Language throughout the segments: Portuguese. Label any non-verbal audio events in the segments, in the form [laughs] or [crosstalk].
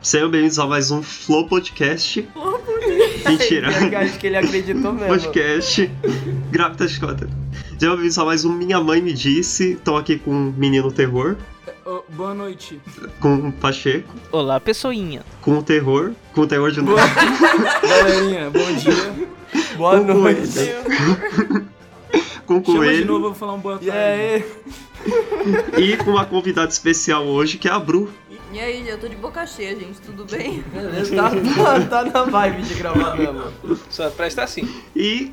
Sejam bem-vindos a mais um Flow Podcast. [laughs] [laughs] Mentira. Eu acho que ele acreditou mesmo. Podcast. Grávida de Cota. Sejam bem-vindos a mais um Minha Mãe Me Disse. Estou aqui com o Menino Terror, Ô, boa noite. com o Pacheco, Olá, pessoinha. com o Terror, com o Terror de novo. Galerinha, bom [laughs] dia. Boa Ô, noite. um com o Chama de novo, Coelho eu vou falar um boa tarde. E aí? e com uma convidada especial hoje, que é a Bru. E aí, eu tô de boca cheia, gente, tudo [laughs] bem? Beleza, tá, tá na vibe de gravar mesmo. Só pra estar assim. E,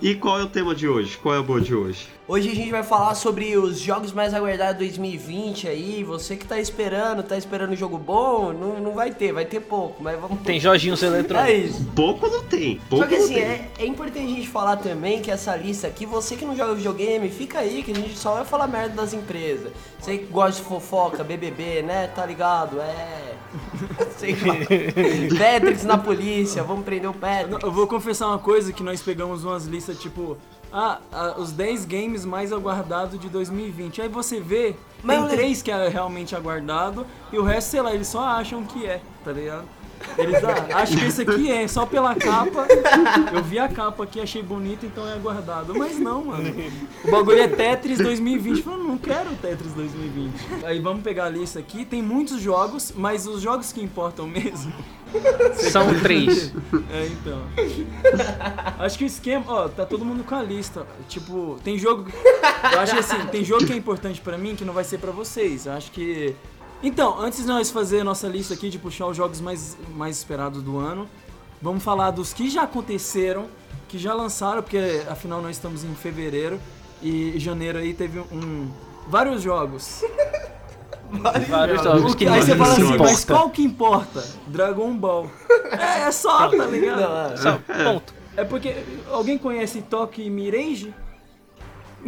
e qual é o tema de hoje? Qual é a boa de hoje? Hoje a gente vai falar sobre os jogos mais aguardados de 2020 aí. Você que tá esperando, tá esperando jogo bom, não, não vai ter, vai ter pouco, mas vamos Tem Jorginhos É eletrônicos. isso. Pouco não tem. Pouco Só que não assim, tem. é, é importante a gente falar também que essa lista aqui, você que não joga videogame, fica aí que a gente só vai falar merda das empresas. Você que gosta de fofoca, BBB, né? Tá ligado? É. [laughs] Sei lá. Patrick na polícia, vamos prender o Não, Patrick. Eu vou confessar uma coisa, que nós pegamos umas listas tipo... Ah, ah, os 10 games mais aguardados de 2020. Aí você vê, Mas eu tem le- 3 que é realmente aguardado e o resto, sei lá, eles só acham que é, tá ligado? Eles ah, acham que esse aqui é, só pela capa. Eu vi a capa aqui, achei bonita, então é aguardado. Mas não, mano. O bagulho é Tetris 2020. Eu Falei, não quero Tetris 2020. Aí vamos pegar a lista aqui. Tem muitos jogos, mas os jogos que importam mesmo São três. é, então. Acho que o esquema, ó, tá todo mundo com a lista. Tipo, tem jogo. Eu acho que assim, tem jogo que é importante pra mim que não vai ser pra vocês. Eu acho que. Então, antes de nós fazer a nossa lista aqui de puxar os jogos mais, mais esperados do ano, vamos falar dos que já aconteceram, que já lançaram, porque afinal nós estamos em fevereiro e janeiro aí teve um. vários jogos. Vários jogos O que que- aí ninguém você fala se assim, mas importa. qual que importa? Dragon Ball. É, é só, tá ligado? Não, é. Só, ponto. É porque alguém conhece Toque Mirage?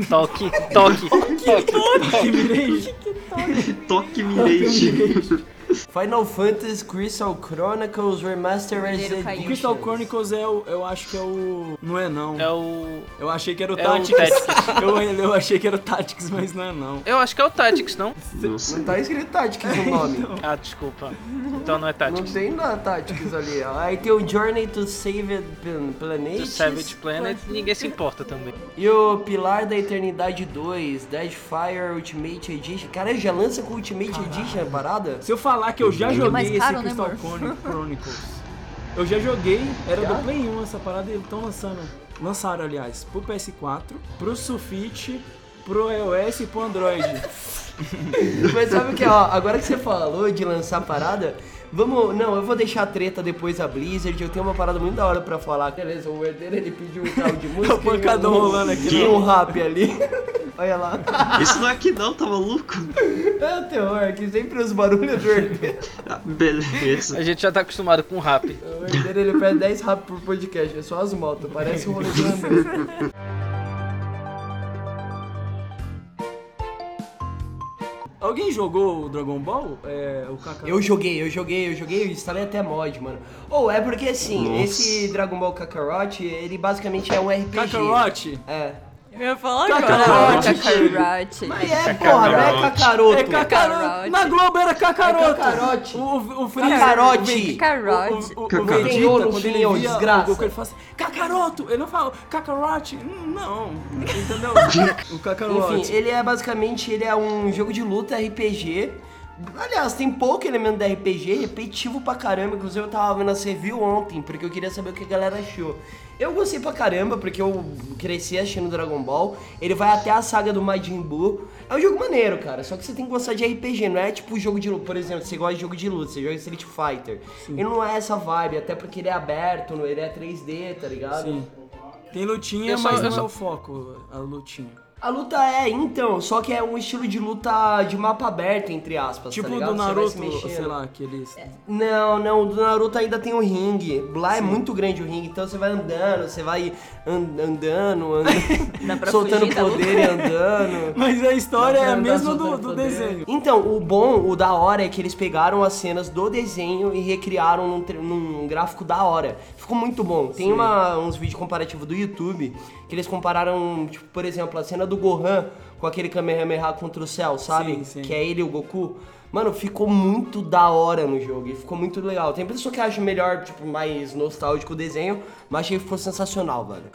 Toque, toque, toque. Toque Mirage? né? Toque Mirage. Final Fantasy Crystal Chronicles Remastered Primeiro Edition. caiu. [laughs] Crystal Chronicles é o. Eu acho que é o. Não é não. É o... Eu achei que era o É o Tactics. [laughs] Tactics. eu, eu achei que era o Tactics, mas não é não. Eu acho que é o Tactics, não? Não sei. Não tá escrito Tactics no [laughs] nome. Ah, desculpa. Então não é Não Tactics. tem nada Tactics ali. ó. Aí tem o Journey to Saved Planet. Do É Savage Planet, ninguém se importa também. E o Pilar da Eternidade 2, Deadfire Ultimate Edition. Cara, já lança com Ultimate Edition a parada? Se eu falar que eu já joguei mais esse caro, né, Crystal amor? Chron- Chronicles. Eu já joguei, era do Play 1 essa parada e eles estão lançando. Lançaram, aliás, pro PS4, pro Sufite, pro iOS e pro [laughs] Android. Mas sabe o que, ó, agora que você falou de lançar a parada, vamos. Não, eu vou deixar a treta depois a Blizzard. Eu tenho uma parada muito da hora pra falar. Beleza, o herdeiro ele pediu um [laughs] tal de música. Tá o pancadão e um- rolando aqui, E não. um rap [laughs] ali. Olha lá. [laughs] Isso não é aqui não, tá maluco? É o terror, que sempre os barulhos do herdeiro. Ah, A Beleza. gente já tá acostumado com rap. O herdeiro ele pede 10 rap por podcast. É só as motos, parece um rolê de [laughs] André. Alguém jogou o Dragon Ball? É, o Kakarot? Eu joguei, eu joguei, eu joguei, eu instalei até mod, mano. Ou é porque assim, Nossa. esse Dragon Ball Kakarot, ele basicamente é um RPG. Kakarot? É. Eu ia falar Cacarote. Cacarote. Mas é, porra, não é Kakaroto. É Kakaroto. Kakarote. Na Globo era Kakaroto. É Kakarote. O, o, o Freezer. Kakarote. Cacarote. O, o, o, o Kakarote. Vegeta, Tem quando olho, ele via desgraça. o Goku, ele fala assim, Kakaroto. Ele não fala, Kakarote. Hum, Não, entendeu? o Enfim, Kakarote. ele é basicamente, ele é um jogo de luta RPG. Aliás, tem pouco elemento da RPG, é repetitivo pra caramba. Inclusive, eu tava vendo a review ontem, porque eu queria saber o que a galera achou. Eu gostei pra caramba, porque eu cresci assistindo Dragon Ball. Ele vai até a saga do Majin Buu. É um jogo maneiro, cara. Só que você tem que gostar de RPG, não é tipo jogo de luta. Por exemplo, você gosta de jogo de luta, você joga Street Fighter. Ele não é essa vibe, até porque ele é aberto, ele é 3D, tá ligado? Sim. Tem lutinha, Eu só- mas eu não é só- o foco, a lutinha. A luta é, então, só que é um estilo de luta de mapa aberto, entre aspas. Tipo tá o ligado? do Você vai Naruto, se É. mexendo. sei lá, aqueles... Não, não, o do Naruto ainda tem o ringue. Lá é muito grande o ringue, então você vai andando, você vai an- andando, Dá andando [laughs] pra soltando fugir da luta? poder e andando. Mas a história Dá é pra a andar mesma do, soltando do poder. desenho. Então, o bom, o da hora é que eles pegaram as cenas do desenho e recriaram num, tre- num gráfico da hora. Ficou muito bom. Tem uma- uns vídeos comparativos do YouTube que eles compararam, tipo, por exemplo, a cena do Gohan com aquele Kamehameha contra o céu, sabe? Sim, sim. Que é ele e o Goku. Mano, ficou muito da hora no jogo e ficou muito legal. Tem pessoa que acha melhor, tipo, mais nostálgico o desenho, mas achei que ficou sensacional, velho.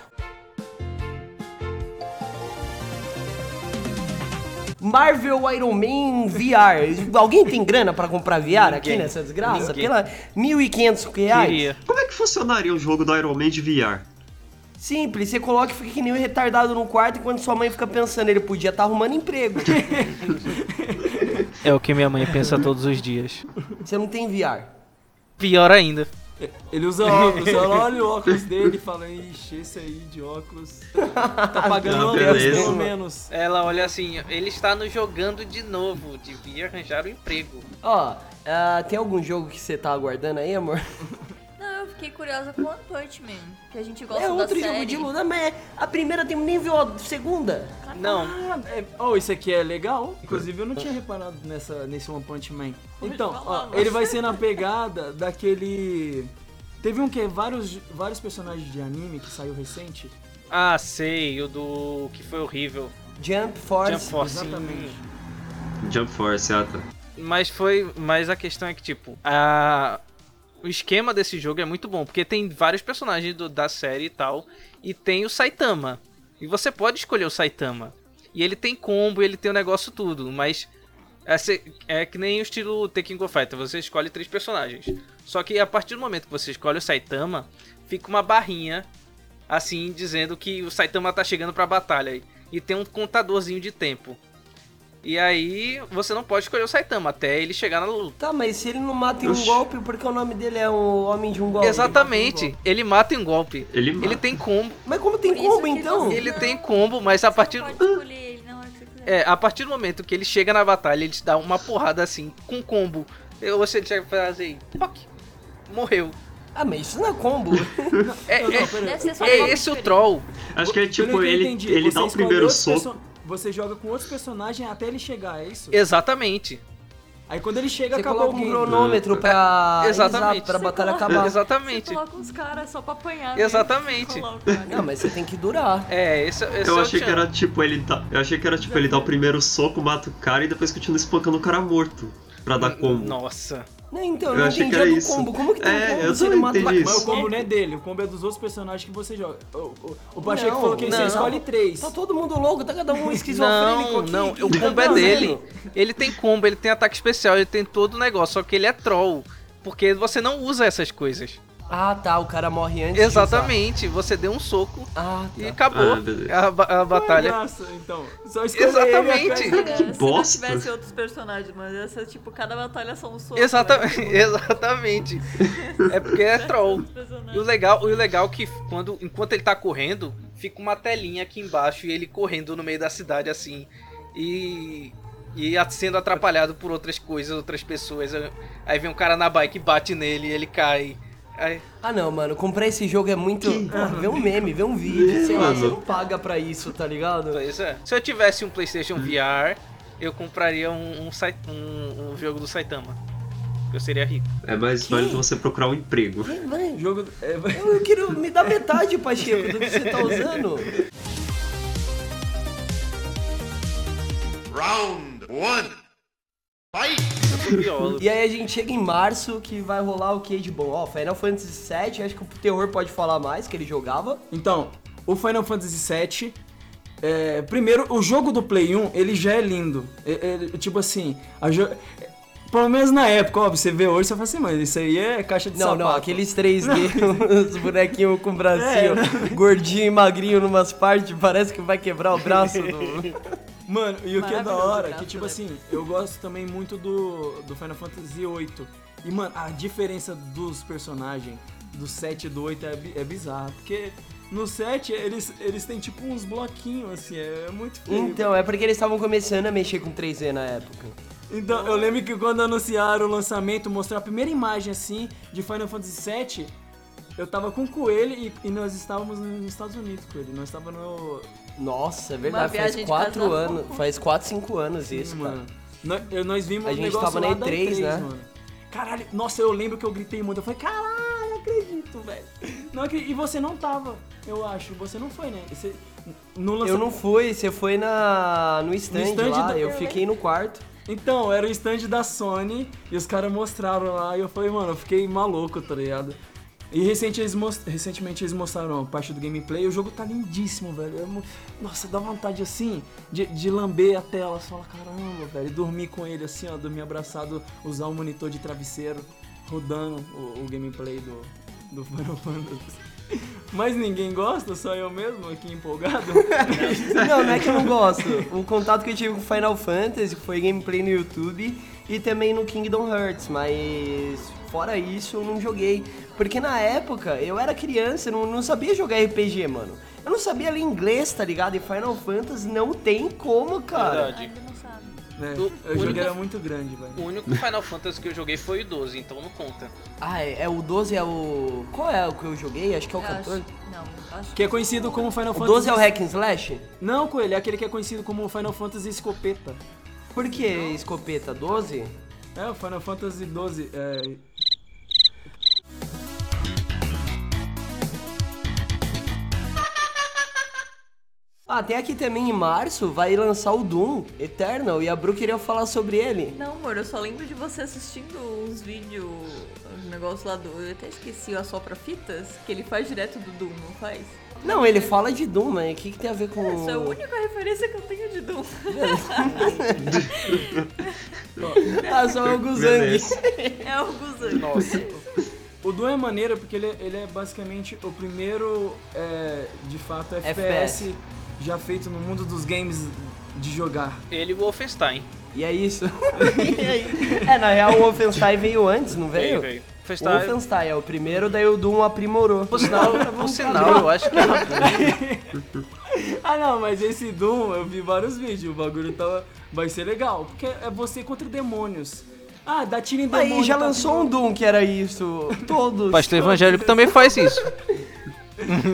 Marvel Iron Man VR. Alguém tem grana pra comprar VR aqui Ninguém. nessa desgraça? Ninguém. Pela 1.500 reais? Queria. Como é que funcionaria o jogo do Iron Man de VR? Simples, você coloca e fica que nem um retardado no quarto enquanto sua mãe fica pensando, ele podia estar arrumando [laughs] emprego. É o que minha mãe pensa todos os dias. você não tem VR. Pior ainda. Ele usa óculos, ela olha o óculos dele e fala, ixi, esse aí de óculos tá pagando Ah, uma luz, beleza. pelo menos. Ela olha assim, ele está nos jogando de novo, devia arranjar um emprego. Ó, ah, tem algum jogo que você tá aguardando aí, amor? Não, eu fiquei curiosa com o One Punch Man, que a gente gosta é da outro série. jogo de luta, mas é a primeira tem nem viu a segunda. Não, Ah, é, oh, isso aqui é legal. Inclusive eu não tinha reparado nessa, nesse One Punch Man. Então, ó, ele vai ser na pegada daquele. Teve um que? Vários, vários personagens de anime que saiu recente. ah, sei, o do que foi horrível. Jump Force. Jump Force. Exatamente. Jump Force, ah tá. Mas foi. Mas a questão é que, tipo, a. O esquema desse jogo é muito bom, porque tem vários personagens do- da série e tal, e tem o Saitama. E você pode escolher o Saitama. E ele tem combo, ele tem o negócio tudo, mas é, se- é que nem o estilo Tekken Go Fighter, você escolhe três personagens. Só que a partir do momento que você escolhe o Saitama, fica uma barrinha assim dizendo que o Saitama tá chegando pra batalha e tem um contadorzinho de tempo. E aí você não pode escolher o Saitama até ele chegar na luta. Tá, mas se ele não mata em um Oxi. golpe, porque o nome dele é o Homem de um Golpe. Exatamente, ele mata em um golpe. Ele Ele mata. tem combo, Mas como tem Por isso combo, que então? você- ele Não, tem combo, mas a partir Você pode escolher ele na hora que você quiser. é, a partir do momento que ele chega na batalha, ele te dá uma porrada assim com combo. Ou você chega e faz assim, "Poc", morreu. Ah, mas isso não é combo. É, Não, não, é, pera aí. Deve ser só um é golpe esse o diferente. troll. Acho que é Pelo tipo, eu ele, entendi, ele você dá o escolhe primeiro outro soco. perso- Você joga com outros personagens até ele chegar, é isso? Exatamente. Aí quando ele chega, Você acabou o coloca um game. cronômetro pra... É, Exatamente. Exato, pra Você batalha coloca- acabar. Você Exatamente. coloca uns caras só pra apanhar. né? Exatamente. Você coloca, cara. Não, mas você tem que durar. É, esse, esse Eu é achei o que Chan. era tipo, ele dá. Eu achei que era tipo, ele dá o primeiro soco, mata o cara e depois continua espancando o cara morto. Pra dar combo. Nossa. Não, então, eu Eu não achei entendi que a era do isso. combo. Como que tem É, um combo eu se ele também mata... entendi Mas o isso. combo não é dele, o combo é dos outros personagens que você joga. O, o, o Pacheco Não, falou que você não. escolhe três. Tá todo mundo louco, tá cada um esquizofrênico Não, aqui. não, que o tá combo é fazendo? dele. Ele tem combo, ele tem ataque especial, ele tem todo o negócio, só que ele é troll. Porque você não usa essas coisas. Ah, tá, o cara morre antes de usar. Exatamente, você deu um soco Ah, e tá. acabou Ah, beleza. a, ba- a Qual é a batalha. graça, então. Só escolher Exatamente. ele, É, aperta- Que se bosta. não tivesse outros personagens, mas essa, tipo, cada batalha é só um soco. [laughs] Exatamente, né? exatamente. É porque é troll. Outros personagens. E o legal, e o legal é que quando, enquanto ele tá correndo, fica uma telinha aqui embaixo e ele correndo no meio da cidade assim. E. E a- sendo atrapalhado por outras coisas, outras pessoas. Aí vem um cara na bike, bate nele e ele cai. Aí, Ah, não, mano, comprar esse jogo é muito... Porra, vê um meme, vê um vídeo, sei É, lá, Mano. você não paga pra isso, tá ligado? pois é. Se eu tivesse um PlayStation VR, eu compraria um, um, Sai- um- um jogo do Saitama. Eu seria rico. É mais válido você procurar um emprego. Vai, Jogo. é, vai- Eu quero me dar metade, Pacheco, do que você tá usando. Round one. Fight! Eu sou biólogo. E aí a gente chega em março, que vai rolar o que de bom? Ó, Final Fantasy VII, acho que o Terror pode falar mais, que ele jogava. Então, o Final Fantasy VII. é, primeiro, o jogo do Play 1, ele já é lindo. É- é, tipo assim, a jo- pelo menos na época, óbvio, você vê hoje, você fala assim, mas isso aí é caixa de Não, sapato. não, aqueles [laughs] 3D, os bonequinhos com bracinho É. gordinho e magrinho numas partes, parece que vai quebrar o braço [laughs] do. Mano, e o que é da Maravilhoso hora, gráfico, que tipo né? assim, eu gosto também muito do, do Final Fantasy VIII. E, mano, a diferença dos personagens do 7 e do 8 é, bi- é bizarra. Porque no 7 eles, eles têm tipo uns bloquinhos, assim, é muito feio. Então, é porque eles estavam começando a mexer com 3D na época. Então, eu lembro que quando anunciaram o lançamento, mostraram a primeira imagem assim de Final Fantasy VII. Eu tava com o Coelho e, e nós estávamos nos Estados Unidos, Coelho. Nós estávamos no. Nossa, é verdade, faz viagem de 4 casal. um anos, faz 4, 5 anos isso, mano. mano. Nós, eu- nós vimos A um gente negócio tava na lá da E3, né? mano. Caralho, nossa, eu lembro que eu gritei muito. Eu falei, caralho, não acredito, velho. Não acredito. E você não tava, eu acho. Você não foi, né? Você, no Eu lançamento- não fui, você foi na no stand, stand lá, do- né? eu fiquei no quarto. Então, era o stand da Sony e os caras mostraram lá e eu falei, mano, eu fiquei maluco, tá ligado? E recente eles mos- recentemente eles mostraram a parte do gameplay e o jogo tá lindíssimo, velho. Eu mo- Nossa, dá vontade assim de, de lamber a tela, só falar, caramba, velho, e dormir com ele assim, ó, dormir abraçado, usar o monitor de travesseiro, rodando o, o gameplay do, do Final Fantasy. [laughs] Mas ninguém gosta, só eu mesmo [laughs] aqui empolgado. Não, não é que eu não gosto. O contato que eu tive com Final Fantasy foi gameplay no YouTube e também no Kingdom Hearts, mas fora isso eu não joguei. Porque na época eu era criança, eu não, não sabia jogar RPG, mano. Eu não sabia ler inglês, tá ligado? E Final Fantasy não tem como, cara. Verdade. Ainda não sabe. né? O O jogo único- era muito grande, O velho. único Final Fantasy que eu joguei foi o 12, então não conta. Ah, é, é o 12 é o. Qual é o que eu joguei? Acho que é o Eu acho- 14. Não, eu acho Que é conhecido como Final O Fantasy. 12 é o Hack and Slash? Não, Coelho, é aquele que é conhecido como Final Fantasy Escopeta. Por que escopeta 12? É, o Final Fantasy 12. É... Ah, tem aqui também em março, vai lançar o Doom Eternal e a Bru queria falar sobre ele. Não, amor, eu só lembro de você assistindo uns vídeos, os negócios lá do. Eu até esqueci o Assopra Fitas, que ele faz direto do Doom, não faz? Não, ele fala de Doom, mas o que, que tem a ver com. Essa é a única referência que eu tenho de Doom. [laughs] [laughs] ah, só o Guzang. Beleza. É o Guzan. O Doom é maneiro porque ele, ele é basicamente o primeiro, é, de fato, FPS, FPS. já feito no mundo dos games [laughs] de jogar. Ele e o Wolfenstein. E é isso. [laughs] E aí? é, na real, o Wolfenstein veio antes, não veio? Veio, veio. O Wolfenstein. Wolfenstein é o primeiro, daí o Doom aprimorou. Por sinal, por sinal, eu acho que Ah não, mas esse Doom, eu vi vários vídeos, o bagulho tava, vai ser legal, porque é você contra demônios. Ah, dá tiro em demônio. [laughs] Aí já tá lançou um tudo- Doom que era isso. Todos. o pastor evangélico também faz isso.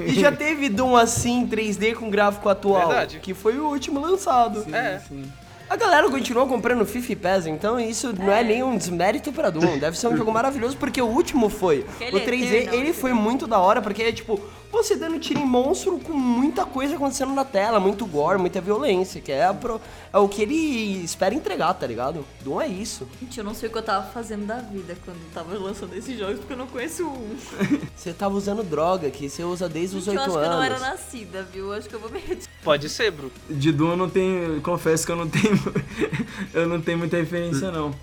E já teve Doom assim, 3D com gráfico atual. Verdade. Que foi o último lançado. Sim, É. sim. A galera continuou comprando FIFA e PES, então isso não é nenhum desmérito pra Doom. Deve ser um jogo maravilhoso, porque o último foi. Aquele o 3D, Eternal, ele foi muito da hora, porque é tipo, você dando tiro em monstro com muita coisa acontecendo na tela, muito gore, muita violência, que é, a pro- é o que ele espera entregar, tá ligado? Doom é isso. Gente, eu não sei o que eu tava fazendo da vida quando eu tava lançando esses jogos, porque eu não conheço um. Você tava usando droga, que você usa desde os Gente, eu 8 acho que eu não era anos. nascida, viu? Eu Acho que eu vou me retirar. Pode ser, Bru. De Doom eu não tenho, confesso que eu não tenho, [laughs] eu não tenho muita Hum. referência não.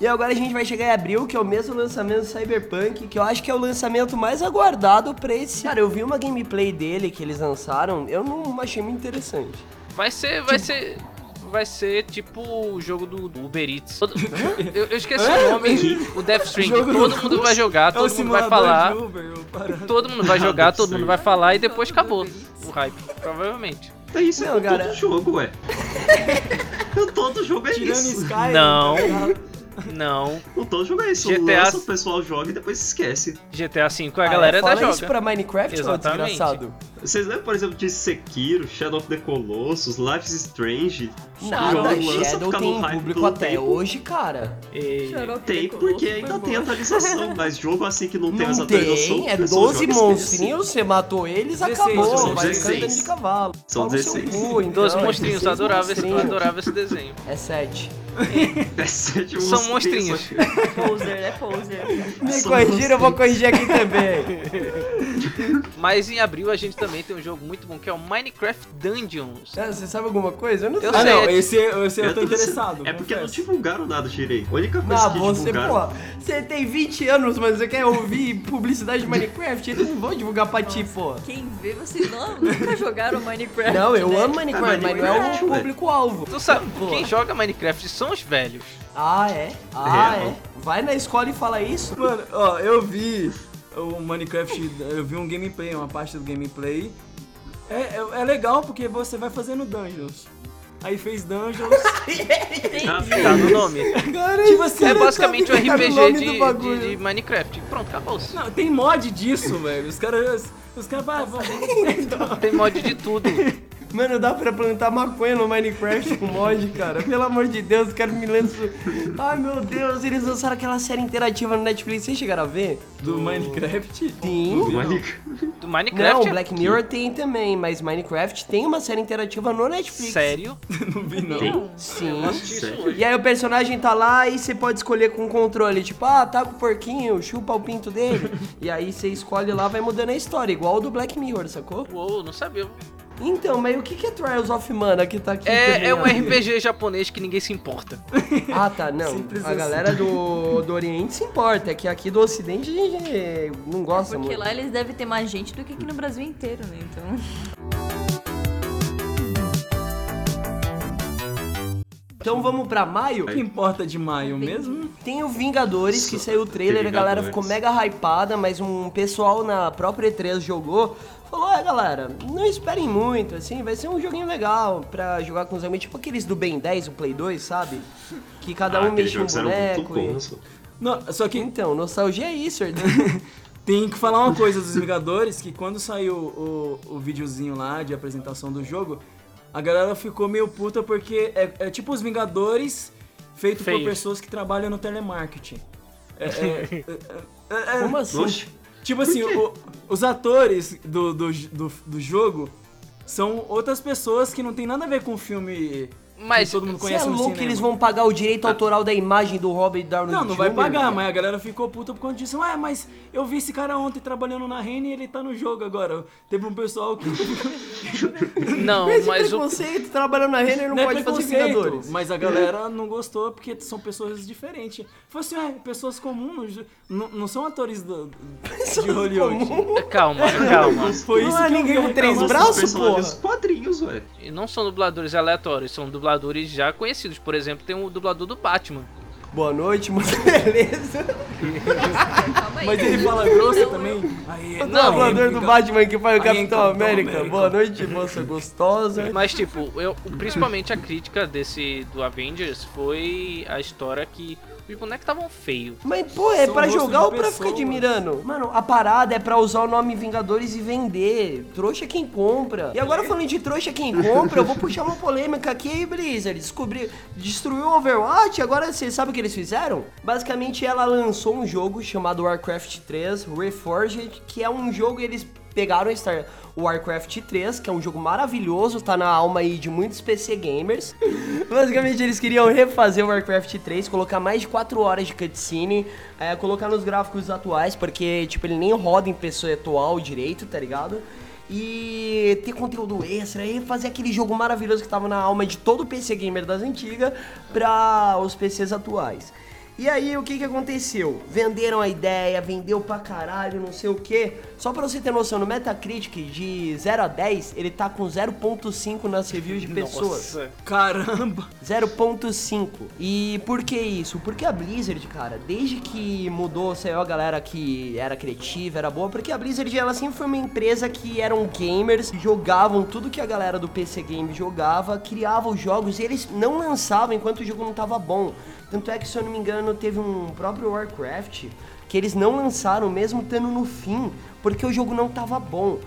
E agora a gente vai chegar em abril, que é o mesmo lançamento do Cyberpunk, que eu acho que é o lançamento mais aguardado pra esse. Cara, eu vi uma gameplay dele que eles lançaram, eu não achei muito interessante. Vai ser, vai ser. Vai ser tipo o jogo do do Uber Eats. Todo- Eu, eu esqueci o nome, o Death String. Jogo Todo do- mundo vai jogar, É o todo mundo vai simulador falar. de Uber, eu parado. Todo mundo vai jogar, todo mundo vai falar e depois Jogo do acabou Uber Eats. o hype. Provavelmente. É isso, Não, é cara. todo jogo, ué. todo jogo é Tirando isso. Skyrim, tá Não. ligado? Não. O todo jogo é isso. GTA Lança, o pessoal joga e depois se esquece. GTA V a Ah, galera ainda fala isso joga. pra Minecraft, ô Exatamente. desgraçado. Vocês lembram, por exemplo, de Sekiro, Shadow of the Colossus, Life is Strange? Nada, O jogo lança, Shadow fica no tem hype público todo até tempo. hoje, cara. E- Tem, porque ainda tem [laughs] atualização, mas jogo assim que não, tem as Não atualizações. tem, é o pessoal 12 joga assim. e esquece. monstrinhos, você matou eles, 16, acabou. são Vai 16. ficando de cavalo. São Fala no seu 16. cu, então, Dois é monstrinhos, 16 eu adorava esse, eu monstrinhos. adorava esse [laughs] desenho. É 7. [laughs] É sete É São só que- Poser, né? Poser. Me São corrigiram, eu vou corrigir aqui [laughs] também. Mas em abril a gente também tem um jogo muito bom que é o Minecraft Dungeons. Ah, Você sabe alguma coisa? Eu não Eu sei. Ah, sei. não, esse, esse eu, tô tô- interessado. É porque não confesso. divulgaram nada direito. A única coisa Ah, que você, divulgaram... pô, você tem 20 anos, mano, você quer ouvir [laughs] publicidade de Minecraft? Eles não vão divulgar pra ti, pô. Quem vê, vocês não, nunca jogaram Minecraft. Não, eu né? amo Minecraft, mas não é Minecraft, o velho. público-alvo. Ah, Tu sabe, Pô. quem joga Minecraft são os velhos. Ah, é? Ah, Real. é? Vai na escola e fala isso? Mano, ó, eu vi o Minecraft, eu vi um gameplay, uma parte do gameplay. É, é, é legal porque você vai fazendo dungeons. Aí fez dungeons. Ah, Tá no nome. tipo assim, É basicamente um RPG de, de- de Minecraft. Pronto, acabou-se. Não, tem mod disso, velho. Os caras. Os caras. vai- vai- Tem mod de tudo. Mano, dá pra plantar maconha no Minecraft com mod, cara. Pelo amor de Deus, eu quero me lançar. Ai, meu Deus, eles lançaram aquela série interativa no Netflix. Vocês chegaram a ver? Do Minecraft? Sim. Do Não, Minecraft? é Black Mirror tem também, mas Minecraft tem uma série interativa no Netflix. Sério? Não vi não. Tem? Sim. Sério? E aí o personagem tá lá e você pode escolher com o controle, tipo, ah, tá com o porquinho, chupa o pinto [laughs] dele. e aí você escolhe lá, vai mudando a história, igual o do Black Mirror, sacou? Uou, não sabia. Então, mas o que que é Trials of Mana que tá aqui? É, é um também, ó? RPG japonês que ninguém se importa. [laughs] Ah, tá, não. Simples a assim. galera do, do Oriente se importa, é que aqui do Ocidente a gente eh, não gosta É Porque muito. lá eles devem ter mais gente do que aqui no Brasil inteiro, né? Então. é Então vamos pra maio. O que importa de maio mesmo? Tem o Vingadores, que saiu o trailer, a galera Vingadores. ficou mega hypada, mas um pessoal na própria E3 jogou. Falou, é galera, não esperem muito, assim, vai ser um joguinho legal pra jogar com os amigos, tipo aqueles do Ben 10, o Play 2, sabe? Que cada Ah, um aqueles mexe um jogos eram muito boneco. e- bons. pô. Não, só que Então, nostalgia é isso, Arthur. [laughs] Tem que falar uma coisa dos Vingadores, que quando saiu o, o videozinho lá de apresentação do jogo, a galera ficou meio puta porque é, é tipo os Vingadores feito por Feio. pessoas que trabalham no telemarketing. É, é, é, é, é, Como assim? Oxe, tipo assim, o- os atores do, do, do, do jogo são outras pessoas que não tem nada a ver com o filme Mas que todo mundo Você é conhece no louco que cinema. eles vão pagar o Ah. direito autoral da imagem do Robert Downey Não, não vai Jr.? [laughs] pagar, mas a galera ficou puta por conta disso. Ué, mas eu vi esse cara ontem trabalhando na Rene e ele tá no jogo agora. Teve um [laughs] pessoal que. Não, Esse mas o. é preconceito, trabalhando na Renner, não, Não é pode fazer preconceito, Vingadores. Mas a galera não gostou porque são pessoas diferentes. Falou assim, ué, pessoas comuns, não, não são atores do, de Hollywood. [laughs] [laughs] Calma, calma. Foi Não isso é que eu ninguém vi com reclamando. três nossa, os braços, personagens porra? quadrinhos, ué. E não são dubladores aleatórios, são dubladores já conhecidos. Por exemplo, tem o dublador do Batman. Boa noite, [laughs] mano. Beleza. Calma aí. Mas é- ele fala grosso também. Aí, O é- Não, dublador Tá do fica- Batman que faz o Aí é Capitão Capitão América. América. Boa noite, moça [laughs] gostosa. Mas, tipo, eu, principalmente a crítica desse do Avengers foi a história que os bonecos estavam feios. Mas, pô, é São pra rostos jogar de ou pra ficar pessoas. admirando? Mano, a parada é pra usar o nome Vingadores e vender. Trouxa é quem compra. E agora falando de trouxa é quem compra, eu vou puxar uma polêmica aqui, Blizzard. Descobri... Destruiu o Overwatch, agora você sabe o que eles fizeram? Basicamente, ela lançou um jogo chamado Warcraft 3 Reforged, que é um jogo eles pegaram Star o Warcraft 3, que é um jogo maravilhoso, tá na alma aí de muitos PC gamers. [laughs] Basicamente eles queriam refazer o Warcraft 3, colocar mais de 4 horas de cutscene, eh, colocar nos gráficos atuais, porque tipo ele nem roda em pessoa atual direito, tá ligado? E ter conteúdo extra e fazer aquele jogo maravilhoso que tava na alma de todo PC gamer das antigas pra os PCs atuais. E aí, o que que aconteceu? Venderam a ideia, vendeu pra caralho, não sei o que. Só pra você ter noção, no Metacritic, de 0 a 10, ele tá com 0.5 nas reviews de pessoas. Caramba! [laughs] 0.5. E por que isso? Porque a Blizzard, cara, desde que mudou, saiu a galera que era criativa, era boa, porque a Blizzard ela sempre foi uma empresa que eram gamers, que jogavam tudo que a galera do PC Game jogava, criava os jogos e eles não lançavam enquanto o jogo não tava bom. Tanto é que, se eu não me engano, teve um próprio Warcraft que eles não lançaram mesmo estando no fim, porque o jogo não tava bom.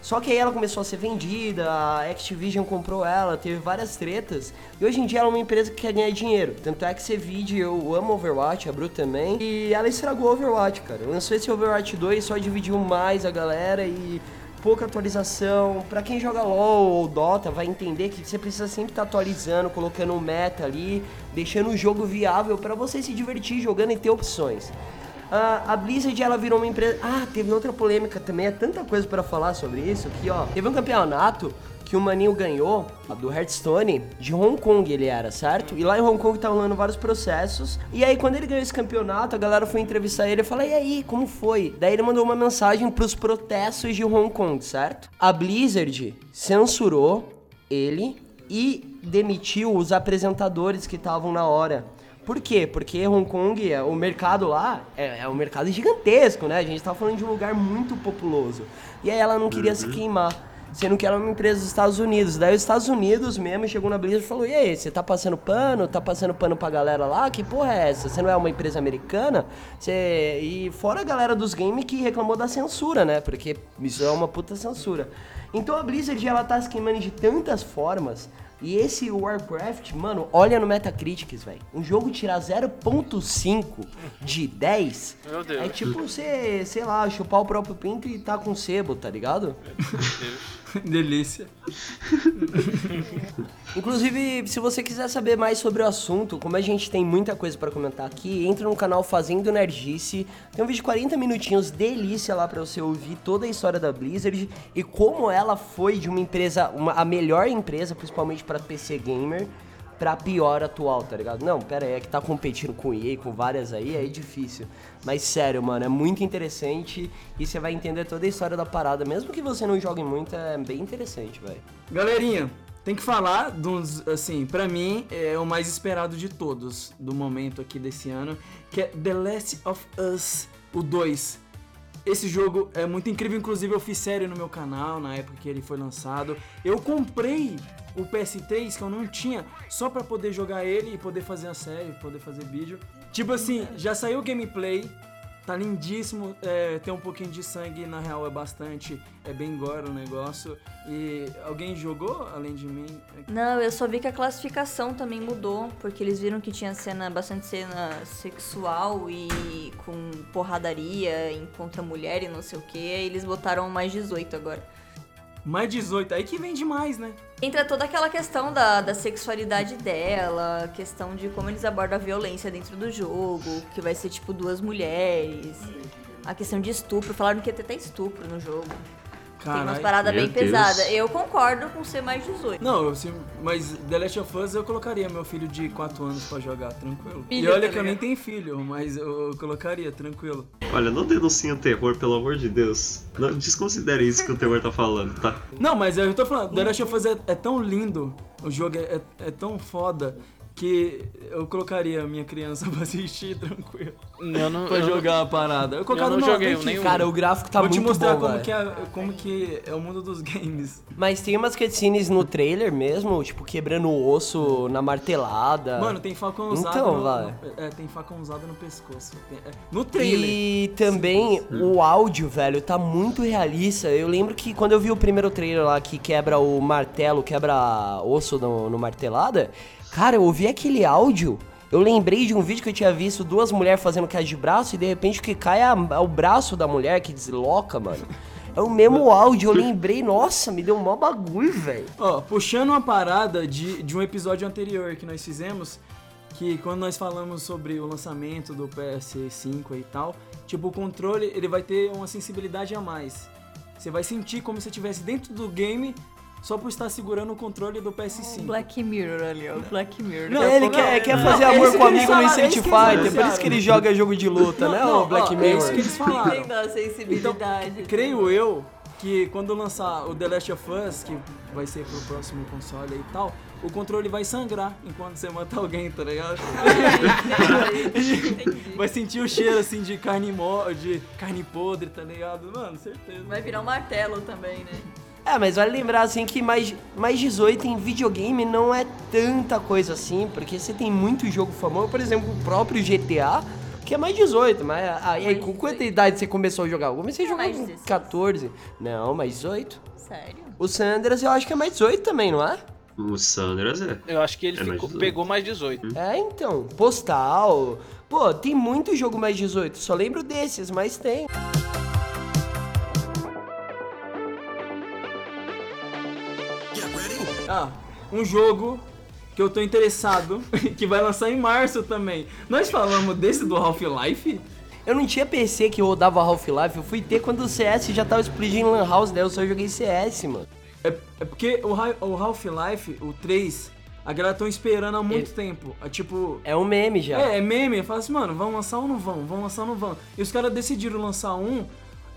Só que aí ela começou a ser vendida, a Activision comprou ela, teve várias tretas. E hoje em dia ela é uma empresa que quer ganhar dinheiro. Tanto é que você vide, eu amo Overwatch, a Bru também. E ela estragou o Overwatch, cara. Lançou esse Overwatch 2, só dividiu mais a galera e pouca atualização. Pra quem joga LoL ou Dota, vai entender que você precisa sempre estar atualizando, colocando um meta ali, deixando o jogo viável pra você se divertir jogando e ter opções. Ah, a Blizzard ela virou uma empresa. Ah, teve outra polêmica também. É tanta coisa pra falar sobre isso que, ó, teve um campeonato que o Maninho ganhou a do Hearthstone de Hong Kong, ele era, certo? E lá em Hong Kong tá rolando vários processos. E aí, quando ele ganhou esse campeonato, a galera foi entrevistar ele e falou: E aí, como foi? Daí ele mandou uma mensagem pros protestos de Hong Kong, certo? A Blizzard censurou ele e demitiu os apresentadores que estavam na hora. Por quê? Porque Hong Kong, é- o mercado lá, é, é um mercado gigantesco, né? A gente tá falando de um lugar muito populoso. E aí ela não queria se queimar. sendo que era uma empresa dos Estados Unidos. Daí os Estados Unidos mesmo chegou na Blizzard e falou: E aí, você tá passando pano? Tá passando pano pra galera lá? Que porra é essa? Você não é uma empresa americana? Você... E fora a galera dos games que reclamou da censura, né? Porque isso é uma puta censura. Então a Blizzard ela tá se queimando de tantas formas. E esse Warcraft, mano, olha no Metacritics, velho. Um jogo tirar 0.5 de 10 Meu Deus. é tipo você, sei lá, chupar o próprio pinto e tá com sebo, tá ligado? Delícia. Inclusive, se você quiser saber mais sobre o assunto, como a gente tem muita coisa pra comentar aqui, entra no canal Fazendo Nerdice. Tem um vídeo de 40 minutinhos delícia lá pra você ouvir toda a história da Blizzard e como ela foi de uma empresa, uma- a melhor empresa, principalmente pra PC gamer, pra pior atual, tá ligado? Não, pera aí, é que tá competindo com EA, com várias aí, é difícil. Mas sério, mano, é muito interessante e você vai entender toda a história da parada, mesmo que você não jogue muito, é bem interessante, velho. Galerinha, tem que falar dos, assim, pra mim é o mais esperado de todos do momento aqui desse ano, que é The Last of Us, o 2. Esse jogo é muito incrível, inclusive eu fiz série no meu canal na época que ele foi lançado. Eu comprei o PS3 que eu não tinha só pra poder jogar ele e poder fazer a série, poder fazer vídeo. Tipo assim, já saiu o gameplay, Tá lindíssimo, é, tem um pouquinho de sangue, na real é bastante, é bem gore o negócio. E alguém jogou além de mim? Não, eu só vi que a classificação também mudou, porque eles viram que tinha cena, bastante cena sexual e com porradaria em contra mulher e não sei o que, aí eles botaram mais 18 agora. Mais 18, aí que vem demais, né? Entra toda aquela questão da, da sexualidade dela, questão de como eles abordam a violência dentro do jogo, que vai ser tipo duas mulheres, a questão de estupro, falaram que ia ter até estupro no jogo. Tem umas Caralho. paradas Meu bem Deus. pesadas. Eu concordo com ser mais 18. Não, eu, sim- mas The Last of Us eu colocaria meu filho de 4 anos pra jogar, tranquilo. E Filho, olha tá que eu nem ligado? tenho filho, mas eu colocaria, tranquilo. Olha, não denunciem o terror, pelo amor de Deus. Não desconsidere isso que o terror tá falando, tá? Uhum. Não, mas eu tô falando, The Last of Us é, é tão lindo, o jogo é, é- é tão foda, que eu colocaria a minha criança [laughs] pra assistir, tranquilo. Eu não, Pra eu não- jogar a parada. Eu colocava não no joguei Advent nenhum. Cara, o gráfico tá Vou muito te mostrar bom, como, velho. que é, como que é o mundo dos games. Mas tem umas cutscenes no trailer mesmo, tipo, quebrando o osso na martelada. Mano, tem facão usado. Ah. Então, no, vai. no- é, tem facão usado no pescoço. Tem- é, no trailer. E também o áudio, velho, tá muito realista. Eu lembro que quando eu vi o primeiro trailer lá que quebra o martelo, quebra osso no, no martelada, cara, eu ouvi aquele áudio. Eu lembrei de um vídeo que eu tinha visto duas mulheres fazendo queda de braço e de repente o que cai é, a- é o braço da mulher que desloca, mano. É o mesmo áudio, eu lembrei, nossa, me deu um mó bagulho, velho. Ó, puxando uma parada de, de um episódio anterior que nós fizemos, que quando nós falamos sobre o lançamento do PS5 e tal, tipo, o controle ele vai ter uma sensibilidade a mais. Você vai sentir como se estivesse dentro do game só por estar segurando o controle do PS5. Black Mirror ali, ó. Black Mirror. Não, ele não, quer, não, quer não. fazer É amor isso com o que amigo eles no falaram, é Street isso que eles Fighter, por falaram. isso que ele joga jogo de luta, né, não, o Black ó, é Mirror? isso que eles Tem falaram. da Então, sensibilidade. creio eu que quando lançar o The Last of Us, que vai ser pro próximo console e tal, o controle vai sangrar enquanto você mata alguém, tá ligado? Entendi. [laughs] Vai sentir o cheiro assim de carne mo de carne podre, tá ligado? Mano, certeza. Vai virar um martelo também, né? É, mas vale lembrar assim que mais, mais 18 em videogame não é tanta coisa assim, porque você tem muito jogo famoso, por exemplo, o próprio GTA, que é mais 18, mas aí, aí com quanta idade você começou a jogar? Eu comecei a jogar Mais com 16. 14. Não, mais 18. Sério? O Sandras eu acho que é mais 18 também, não é? O Sanders é. Eu acho que ele É mais ficou- 18. pegou mais 18. Hum. É, então. Postal. Pô, tem muito jogo mais 18, só lembro desses, mas tem. Ah, um jogo que eu tô interessado, [laughs] que vai lançar em março também. Nós falamos desse do Half-Life? Eu não tinha PC que rodava Half-Life, eu fui ter quando o CS já tava explodindo em Lan House, daí eu só joguei CS, mano. É, é porque o, Ra- o Half-Life, o 3, a galera tão esperando há muito tempo. É tipo. É um meme já. É, é meme. Fala assim, mano, vão lançar ou não vão? Vão lançar ou não vão? E os caras decidiram lançar um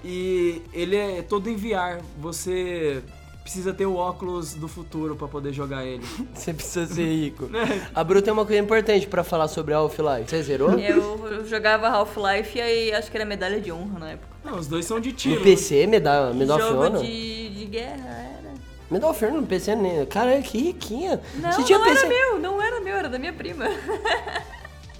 e ele é todo em VR. Você precisa ter o óculos do futuro pra poder jogar ele. Você precisa ser [laughs] rico. A Bru tem uma coisa importante pra falar sobre a Half-Life. Você zerou? Eu, eu jogava Half-Life e aí acho que era medalha de honra na época. Não, os dois são de tiro. No PC, Medal, Medal of Jogo Honor? de, de guerra era. Medal of Honor no PC, né? Cara, que riquinha. Não, Você tinha não PC? era meu, não era meu, era da minha prima.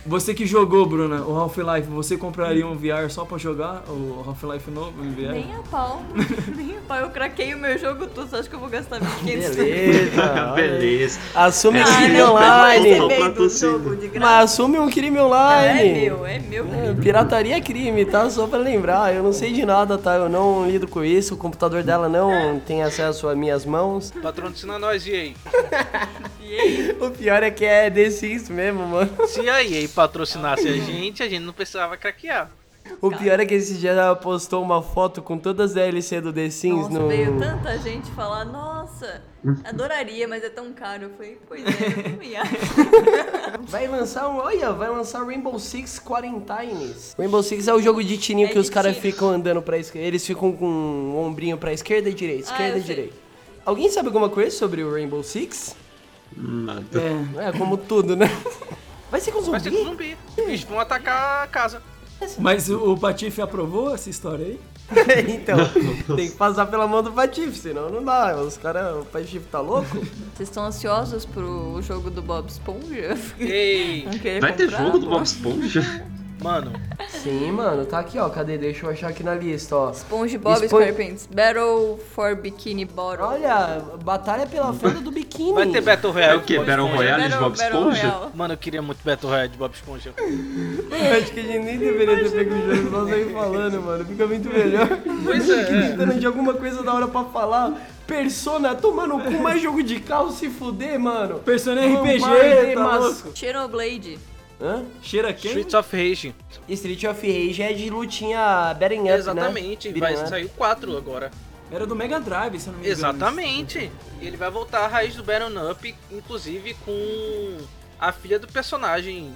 Você que jogou, Bruna, o Half-Life, você compraria um VR só pra jogar o Half-Life novo em VR? Nem a pau, [laughs] nem a pau. Eu craquei o meu jogo tudo, você acha que eu vou [laughs] gastar 1.500? Beleza. olha. [laughs] Beleza. Assume um Essa Ah, crime criança não, online. eu Só pra recebi do torcida. jogo de graça. Mas assume um crime Não, é online. meu, é meu. É, Pirataria é crime, tá? Só pra lembrar, eu não sei de nada, tá? Eu não lido com isso, o computador dela não tem acesso às minhas mãos. Patrocina nós, EA. O pior é que é The Sims mesmo, mano. Se a EA patrocinasse Hum. a gente, a gente não precisava craquear. O pior é que esse dia ela postou uma foto com todas as DLC do The Sims Nossa, no. veio tanta gente falar, nossa, adoraria, mas é tão caro. Eu falei, pois é, eu não ia. Vai lançar um. Olha, vai lançar Rainbow Six Quarantines. Rainbow Six é o jogo de tirinho É que os de caras tiro. ficam andando pra esquerda. Eles ficam com o ombrinho pra esquerda e direita, Ah, esquerda eu e sei. direita. Alguém sabe alguma coisa sobre o Rainbow Six? Nada. É, como tudo, né? [laughs] Vai ser com zumbi? Vai Hum. ser com zumbi. Os bichos vão atacar a casa. Mas o, o Patife aprovou essa história aí? [laughs] então, tem que passar pela mão do Patife, senão não dá. Os caras, o Patife tá louco? Vocês estão ansiosos pro jogo do Bob Esponja? [laughs] Hum. Ei, Vão querer Vai ter comprar? jogo do um. Bob Esponja? mano, Sim, mano, tá aqui, ó. Cadê? Deixa eu achar aqui na lista, ó. Esponja Bob Esponja- Squarepants, Battle for Bikini Bottle. Olha, batalha pela fenda do biquíni. vai ter Battle É Royale. o quê? de Bob Battle Esponja? Royale de Bob Battle Esponja? Royale. Mano, eu queria muito Battle Royale de Bob Esponja. Hum. Eu acho que a gente nem deveria ter pego o jogo, só sair falando, mano. Fica muito melhor. Pois Hum. é. Tentando de alguma coisa da hora pra falar. Persona, toma no cu mais jogo de carro, se fuder, mano. Persona Vampire, RPG, tá mas- louco? Xenoblade. Hã? Cheira quem? Streets of Rage. Street of Rage é de lutinha Beating Up, Exatamente. né? Vai Beating up. sair o 4 agora. Era do Mega Drive, se eu não Hum. me engano. Exatamente. Ele vai voltar à raiz do Baron Up, inclusive com a filha do personagem.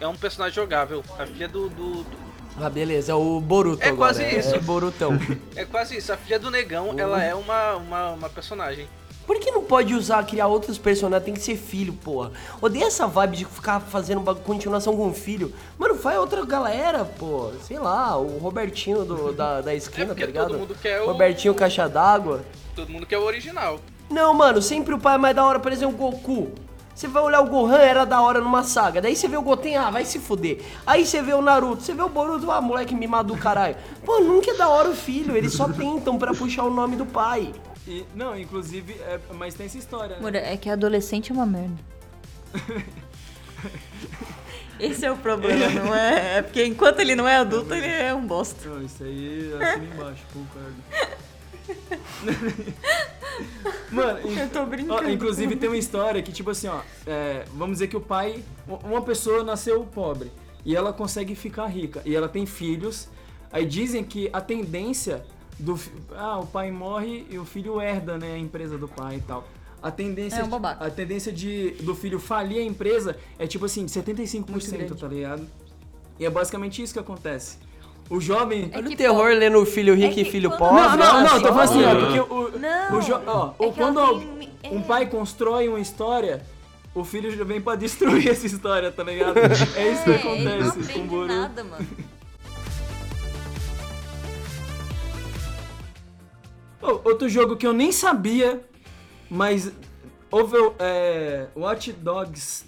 É um personagem jogável. A filha do. do- do- Ah, beleza, o Boruto É agora. quase isso. É Borutão. É quase isso. A filha do negão, Uhum. ela é uma, uma, uma personagem. Por que não pode usar, criar outros personagens? Tem que ser filho, porra. Odeio essa vibe de ficar fazendo uma continuação com um filho. Mano, faz outra galera, pô. Sei lá, o Robertinho [laughs] do- da, da É esquina, porque tá ligado? todo mundo quer o- Robertinho Caixa d'Água. Todo mundo quer o original. Não, mano, sempre o pai é mais da hora, por exemplo, o Goku. Você vai olhar o Gohan, era da hora numa saga. Daí você vê o Goten, ah, vai se fuder. Aí você vê o Naruto, você vê o Boruto, ah, moleque mimado do caralho. Pô, nunca é da hora o filho, eles só tentam pra puxar o nome do pai. E- não, inclusive, é- mas tem essa história, né? Amor, é que adolescente é uma merda. [laughs] Esse é o problema, não é? É porque enquanto ele não é adulto, ele é um bosta. Não, isso aí assim embaixo, concordo. [laughs] Mano, in- Eu tô ó, brincando. inclusive tem uma história que, tipo assim, ó, é, vamos dizer que o pai. u- Uma pessoa nasceu pobre e ela consegue ficar rica. E ela tem filhos. Aí dizem que a tendência do. fi- Ah, o pai morre e o filho herda, né? A empresa do pai e tal. A tendência, É um babaca. a tendência de, do filho falir a empresa é tipo assim, 75%, tá ligado? E é basicamente isso que acontece. O jovem. É Olha que o terror pobre. lendo o filho rico que e filho quando- pobre. né? Não, não, olha não, só. eu tô falando assim, ó, Não. porque o. Não, o jo- ó, é o- que quando ela al- tem- é. um pai constrói uma história, o filho já vem pra [laughs] destruir essa história, tá [laughs] ligado? É isso que ele não acontece com o aprende Boru. nada, mano. Ô, outro jogo que eu nem sabia, mas. Over, é, Watch Dogs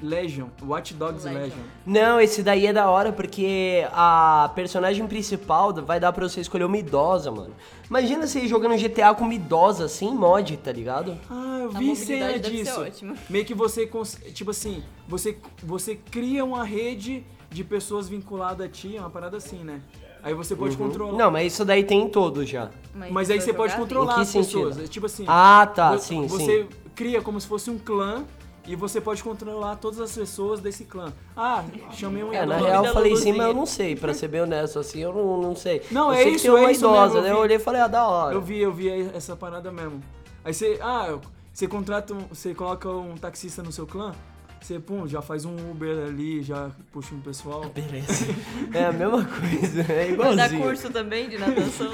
Legion. Watch Dogs Legion. Legion. Não, esse daí é da hora porque a personagem principal vai dar pra você escolher uma idosa, mano. Imagina você jogando GTA com uma idosa, sem mod, tá ligado? Ah, eu vi cena mobilidade deve ser disso. ótima. [laughs] Meio que você, cons- tipo assim, você, você cria uma rede de pessoas vinculadas a ti, é uma parada assim, né? Aí você pode controlar. Não, mas isso daí tem em todos já. Mas aí vai você pode jogar, controlar Em que as pessoas. sentido? É Tipo assim. Ah, tá, vo- sim, sim. Você cria como se fosse um clã e você pode controlar todas as pessoas desse clã. Ah, chamei um É, na idoso. real da eu falei sim, Luluzinha. mas eu não sei, pra ser bem honesto, assim, eu não, não sei. eu Não, é sei isso, que tem uma é isso idosa, mesmo, eu né? Eu vi. olhei e falei, ah, da hora. Eu vi, eu vi aí essa parada mesmo. Aí você. Ah, você contrata um. Você coloca um taxista no seu clã, você, pum, já faz um Uber ali, já puxa um pessoal. Beleza. [laughs] É a mesma coisa, é Vai dar igualzinho. curso também de natação.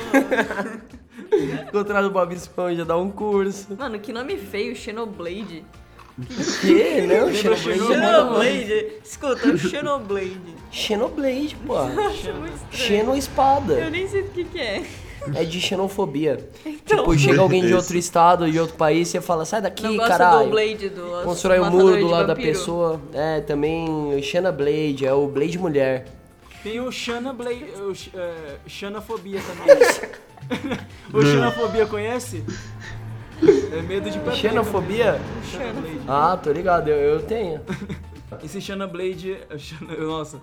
Encontrar o Bob Esponja, dar um [laughs] curso. mano, que nome feio, Xenoblade. Que? Não, Xenoblade. Xenoblade. Escuta, o Xenoblade. Xenoblade, pô. [laughs] Acho muito estranho. Xeno espada. Eu nem sei do que que é. é de xenofobia. Então. Tipo, chega alguém de outro estado, de outro país, você fala, sai daqui, Não gosta do caralho. Blade do Constrói o Matador muro do de lado da Vampiro. pessoa. É, também Xena Blade, é o Blade mulher. Tem o Xana Blade, o, X- é, Xanafobia também. [laughs] [laughs] o Xanafobia conhece? É medo de né? pepeca. Xenofobia? O Xana Blade. Ah, tô ligado, eu, eu tenho. Esse Xana Blade. é Xana- [laughs] nossa.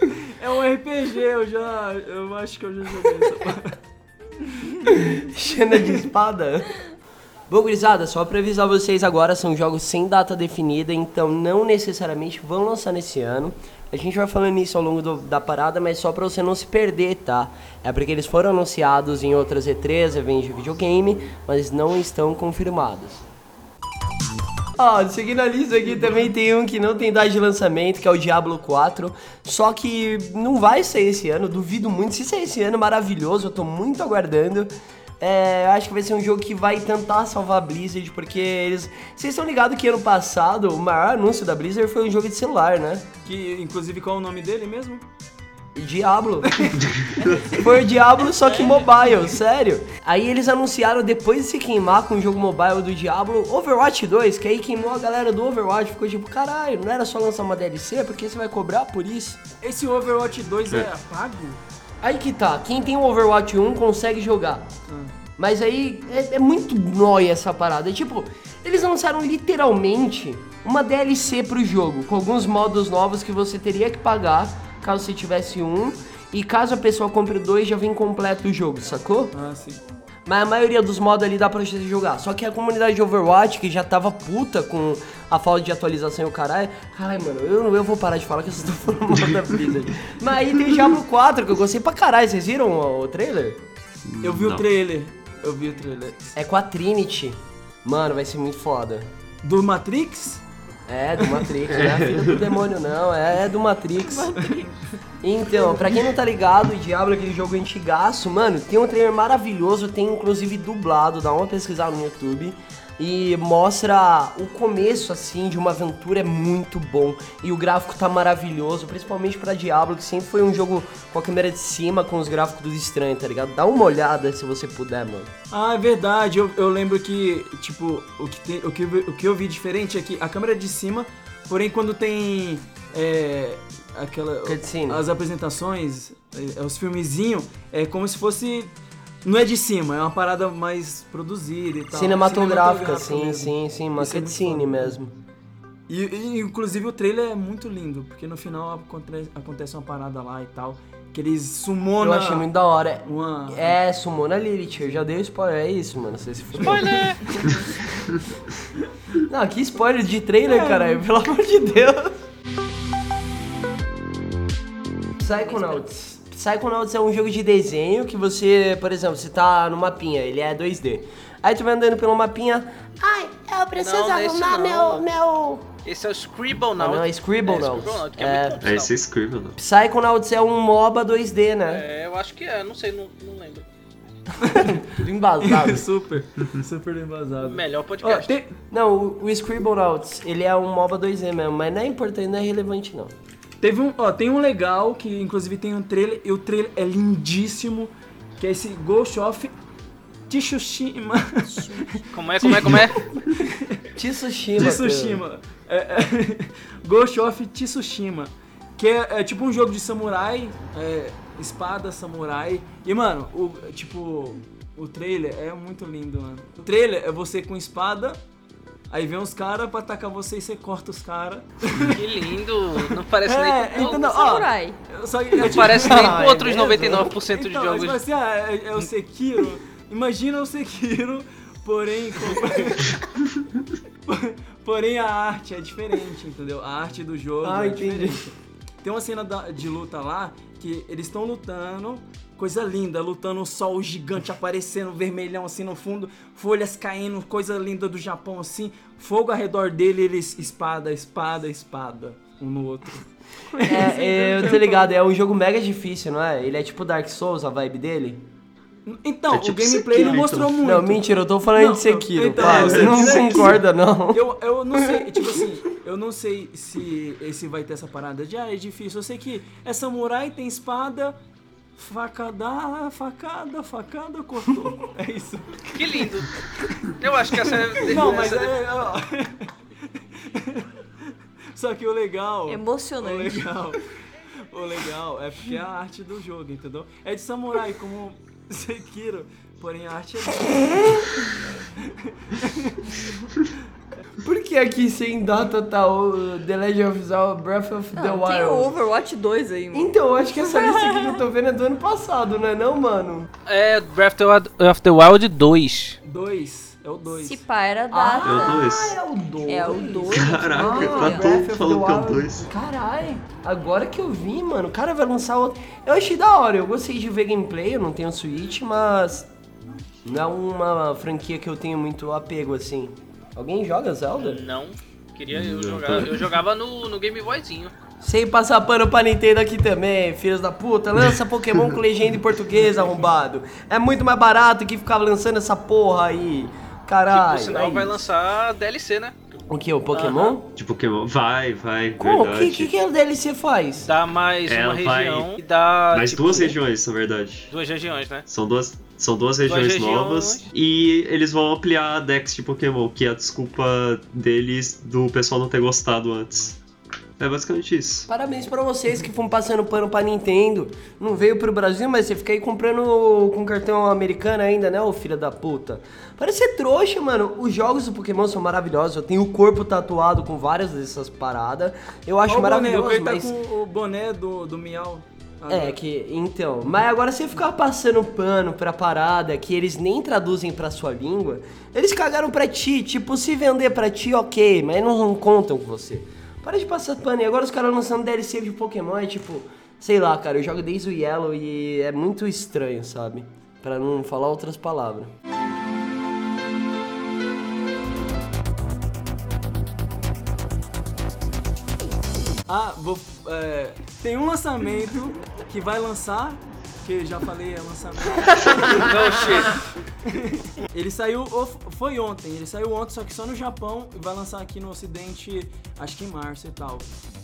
É, é um RPG, eu já. Eu acho que eu já joguei essa parte. Xena de espada. Bom, gurizada, só pra avisar vocês agora, são jogos sem data definida, então não necessariamente vão lançar nesse ano. A gente vai falando isso ao longo do- da parada, mas só pra você não se perder, tá? É porque eles foram anunciados em outras E3, eventos de videogame, mas não estão confirmados. Ah, seguindo a lista aqui também tem um que não tem data de lançamento, que é o Diablo 4. Só que não vai sair esse ano, duvido muito. Se sair esse ano, maravilhoso, eu tô muito aguardando. É, eu acho que vai ser um jogo que vai tentar salvar a Blizzard, porque eles. Vocês estão ligados que ano passado o maior anúncio da Blizzard foi um jogo de celular, né? Que, inclusive, qual é o nome dele mesmo? Diablo. [laughs] Foi o Diablo, só que mobile, sério. Aí eles anunciaram, depois de se queimar com o jogo mobile do Diablo, Overwatch 2, que aí queimou a galera do Overwatch. Ficou tipo, caralho, não era só lançar uma DLC? Porque você vai cobrar por isso? Esse Overwatch 2 é pago? Aí que tá, quem tem o Overwatch 1 consegue jogar. Mas aí é, é muito nóia essa parada. É tipo, eles lançaram literalmente uma DLC pro jogo, com alguns modos novos que você teria que pagar caso você tivesse um. E caso a pessoa compre o dois, já vem completo o jogo, sacou? Ah, sim. Mas a maioria dos modos ali dá pra você jogar. Só que a comunidade de Overwatch, que já tava puta com a falta de atualização e o caralho. Caralho, mano, eu, eu vou parar de falar que vocês estão falando mal da Blizzard. Mas aí tem o Diablo 4, que eu gostei pra caralho. Vocês viram o, o trailer? Eu vi Não. o trailer. Eu vi o trailer. É com a Trinity. Mano, vai ser muito foda. Do Matrix? É, do Matrix, não é a filha do demônio, não, é, é do [laughs] Matrix. Então, pra quem não tá ligado, o Diablo é aquele jogo antigaço, mano, tem um trailer maravilhoso, tem inclusive dublado, dá uma pesquisada no YouTube. E mostra o começo, assim, de uma aventura é muito bom. E o gráfico tá maravilhoso, principalmente pra Diablo, que sempre foi um jogo com a câmera de cima, com os gráficos do estranho, tá ligado? Dá uma olhada se você puder, mano. Ah, é verdade. Eu, eu lembro que, tipo, o que, tem- o, que, eu- o que eu vi diferente é que a câmera é de cima, porém quando tem. É, aquela. Cutscene. As apresentações, é, é, os filmezinhos, é como se fosse. Não é de cima, é uma parada mais produzida e tal. Cinematográfica, Cinematográfica sim, sim, mesmo. sim, uma Isso é muito cutscene foda. mesmo. E, e, inclusive o trailer é muito lindo, porque no final acontece, acontece uma parada lá e tal. Que eles Eu sumonam. achei muito da hora. Uma... É, sumou na Lilith, eu já dei o spoiler, é isso, mano. Você se fudeu. Spoiler! Não, que spoiler de trailer, caralho, pelo amor de Deus. Psychonauts. Psychonauts é um jogo de desenho que você, por exemplo, você tá no mapinha, ele é 2D. Aí tu vai andando pelo mapinha. Ai, eu preciso Não, nesse arrumar meu. não. meu. [laughs] Esse é o Scribble Ah, não, é Scribblenauts. Scribblenauts, que É. é, muito bom, É esse é Scribble, não. Psychonauts é um MOBA 2D, né? É, eu acho que é, não sei, não, não lembro. É. Tudo embasado. [laughs] super, super embasado. Melhor Ó, podcast. tem- Não, o, o Scribblenauts, ele é um MOBA 2D mesmo, mas não é importante, não é relevante não. Teve um, ó, tem um legal que inclusive tem um trailer e o trailer é lindíssimo, que é esse Ghost of Tsushima. [laughs] Como é, como é, como [laughs] é? Tsushima. Tsushima. É, [laughs] é, Ghost of Tsushima, que é, é tipo um jogo de samurai, é, espada samurai. E mano, o tipo o trailer é muito lindo, mano. O trailer é você com espada, aí vem uns caras pra atacar você e você corta os caras. Que lindo! Não parece nem É, com então, ó, Samurai. [laughs] Só que- é Não tipo- parece [laughs] nem com outros beleza. 99% de Então, jogos. Hum. tipo assim, ah, é, é o Sekiro. Imagina o Sekiro, porém. com- [laughs] porém a arte é diferente, entendeu? A arte do jogo Ah, é entendi. diferente. Tem uma cena da- de luta lá que eles estão lutando, coisa linda, lutando o sol gigante aparecendo, vermelhão assim no fundo, folhas caindo, coisa linda do Japão assim, fogo ao redor dele, eles espada, espada, espada, um no outro. É, é, eu tô ligado, é um jogo mega difícil, não é? Ele é tipo Dark Souls, a vibe dele. Então, É tipo o gameplay ele Sekiro, mostrou então. muito. Não, mentira, eu tô falando Não, de Sekiro. então, pá, é, você não Sekiro. concorda, não. Eu, eu não sei, tipo assim, eu não sei se esse vai ter essa parada de, ah, é difícil. Eu sei que é samurai, tem espada, facada, facada, facada, cortou. É isso. Que lindo. Eu acho que essa [laughs] é. Não, mas essa- né? é. ó. Só que o legal. O Emocionante. legal. O legal é porque é a arte do jogo, entendeu? É de samurai, como [laughs] Sekiro, porém a arte é. Por que aqui sem data tá o The Legend of Zelda Breath of the Não, tem o Wild? Overwatch 2 aí, mano. Então, eu acho que essa lista aqui que eu tô vendo é do ano passado, não é não, mano? É Breath of the Wild 2. Dois. É o dois. Se pá, era data. É o 2. Ah, é o 2. É o 2. [laughs] Caraca, Ah, tá Breath todo of the falando que é o Wild. dois. Caralho, agora que eu vi, mano, o cara vai lançar outro. Eu achei da hora, eu gostei de ver gameplay, eu não tenho Switch, mas não é uma franquia que eu tenho muito apego assim. Alguém joga Zelda? Não. Queria eu jogar. Eu jogava no, no Game Boyzinho. Sem passar pano pra Nintendo aqui também, filhos da puta. Lança [laughs] Pokémon com legenda em português, arrombado. É muito mais barato que ficar lançando essa porra aí. Que por Caralho. sinal é vai isso. lançar DLC, né? O que? O Pokémon? De Pokémon. Vai, vai, Como? O que, Ah, verdade. que, é? que a DLC faz? Dá mais Ela uma É, vai- região e dá. Mais tipo, duas regiões, na verdade. Duas regiões, [laughs] né? São duas, são duas regiões, regiões. novas. E eles vão ampliar a Dex de Pokémon, que é a desculpa deles do pessoal não ter gostado antes. É basicamente isso. Parabéns pra vocês que foram passando pano pra Nintendo. Não veio pro Brasil, mas você fica aí comprando com cartão americano ainda, né, ô filha da puta? Parece ser trouxa, mano. Os jogos do Pokémon são maravilhosos. Eu tenho o corpo tatuado com várias dessas paradas. Eu acho Ó o maravilhoso, boné, o Koi mas... tá com o boné do, do Miau. Ah, É, que, então, mas agora você ficar passando pano pra parada que eles nem traduzem pra sua língua, eles cagaram pra ti, tipo, se vender pra ti, ok, mas não, não contam com você. Para de passar pano, e agora os caras lançando DLC de Pokémon, é tipo, sei lá, cara, eu jogo desde o Yellow e é muito estranho, sabe? Pra não falar outras palavras. Ah, vou. é, tem um lançamento que vai lançar, que já falei é lançamento. Não, Oh, shit. Ele saiu, ou f- foi ontem, ele saiu ontem, só que só no Japão e vai lançar aqui no ocidente, acho que em março e tal.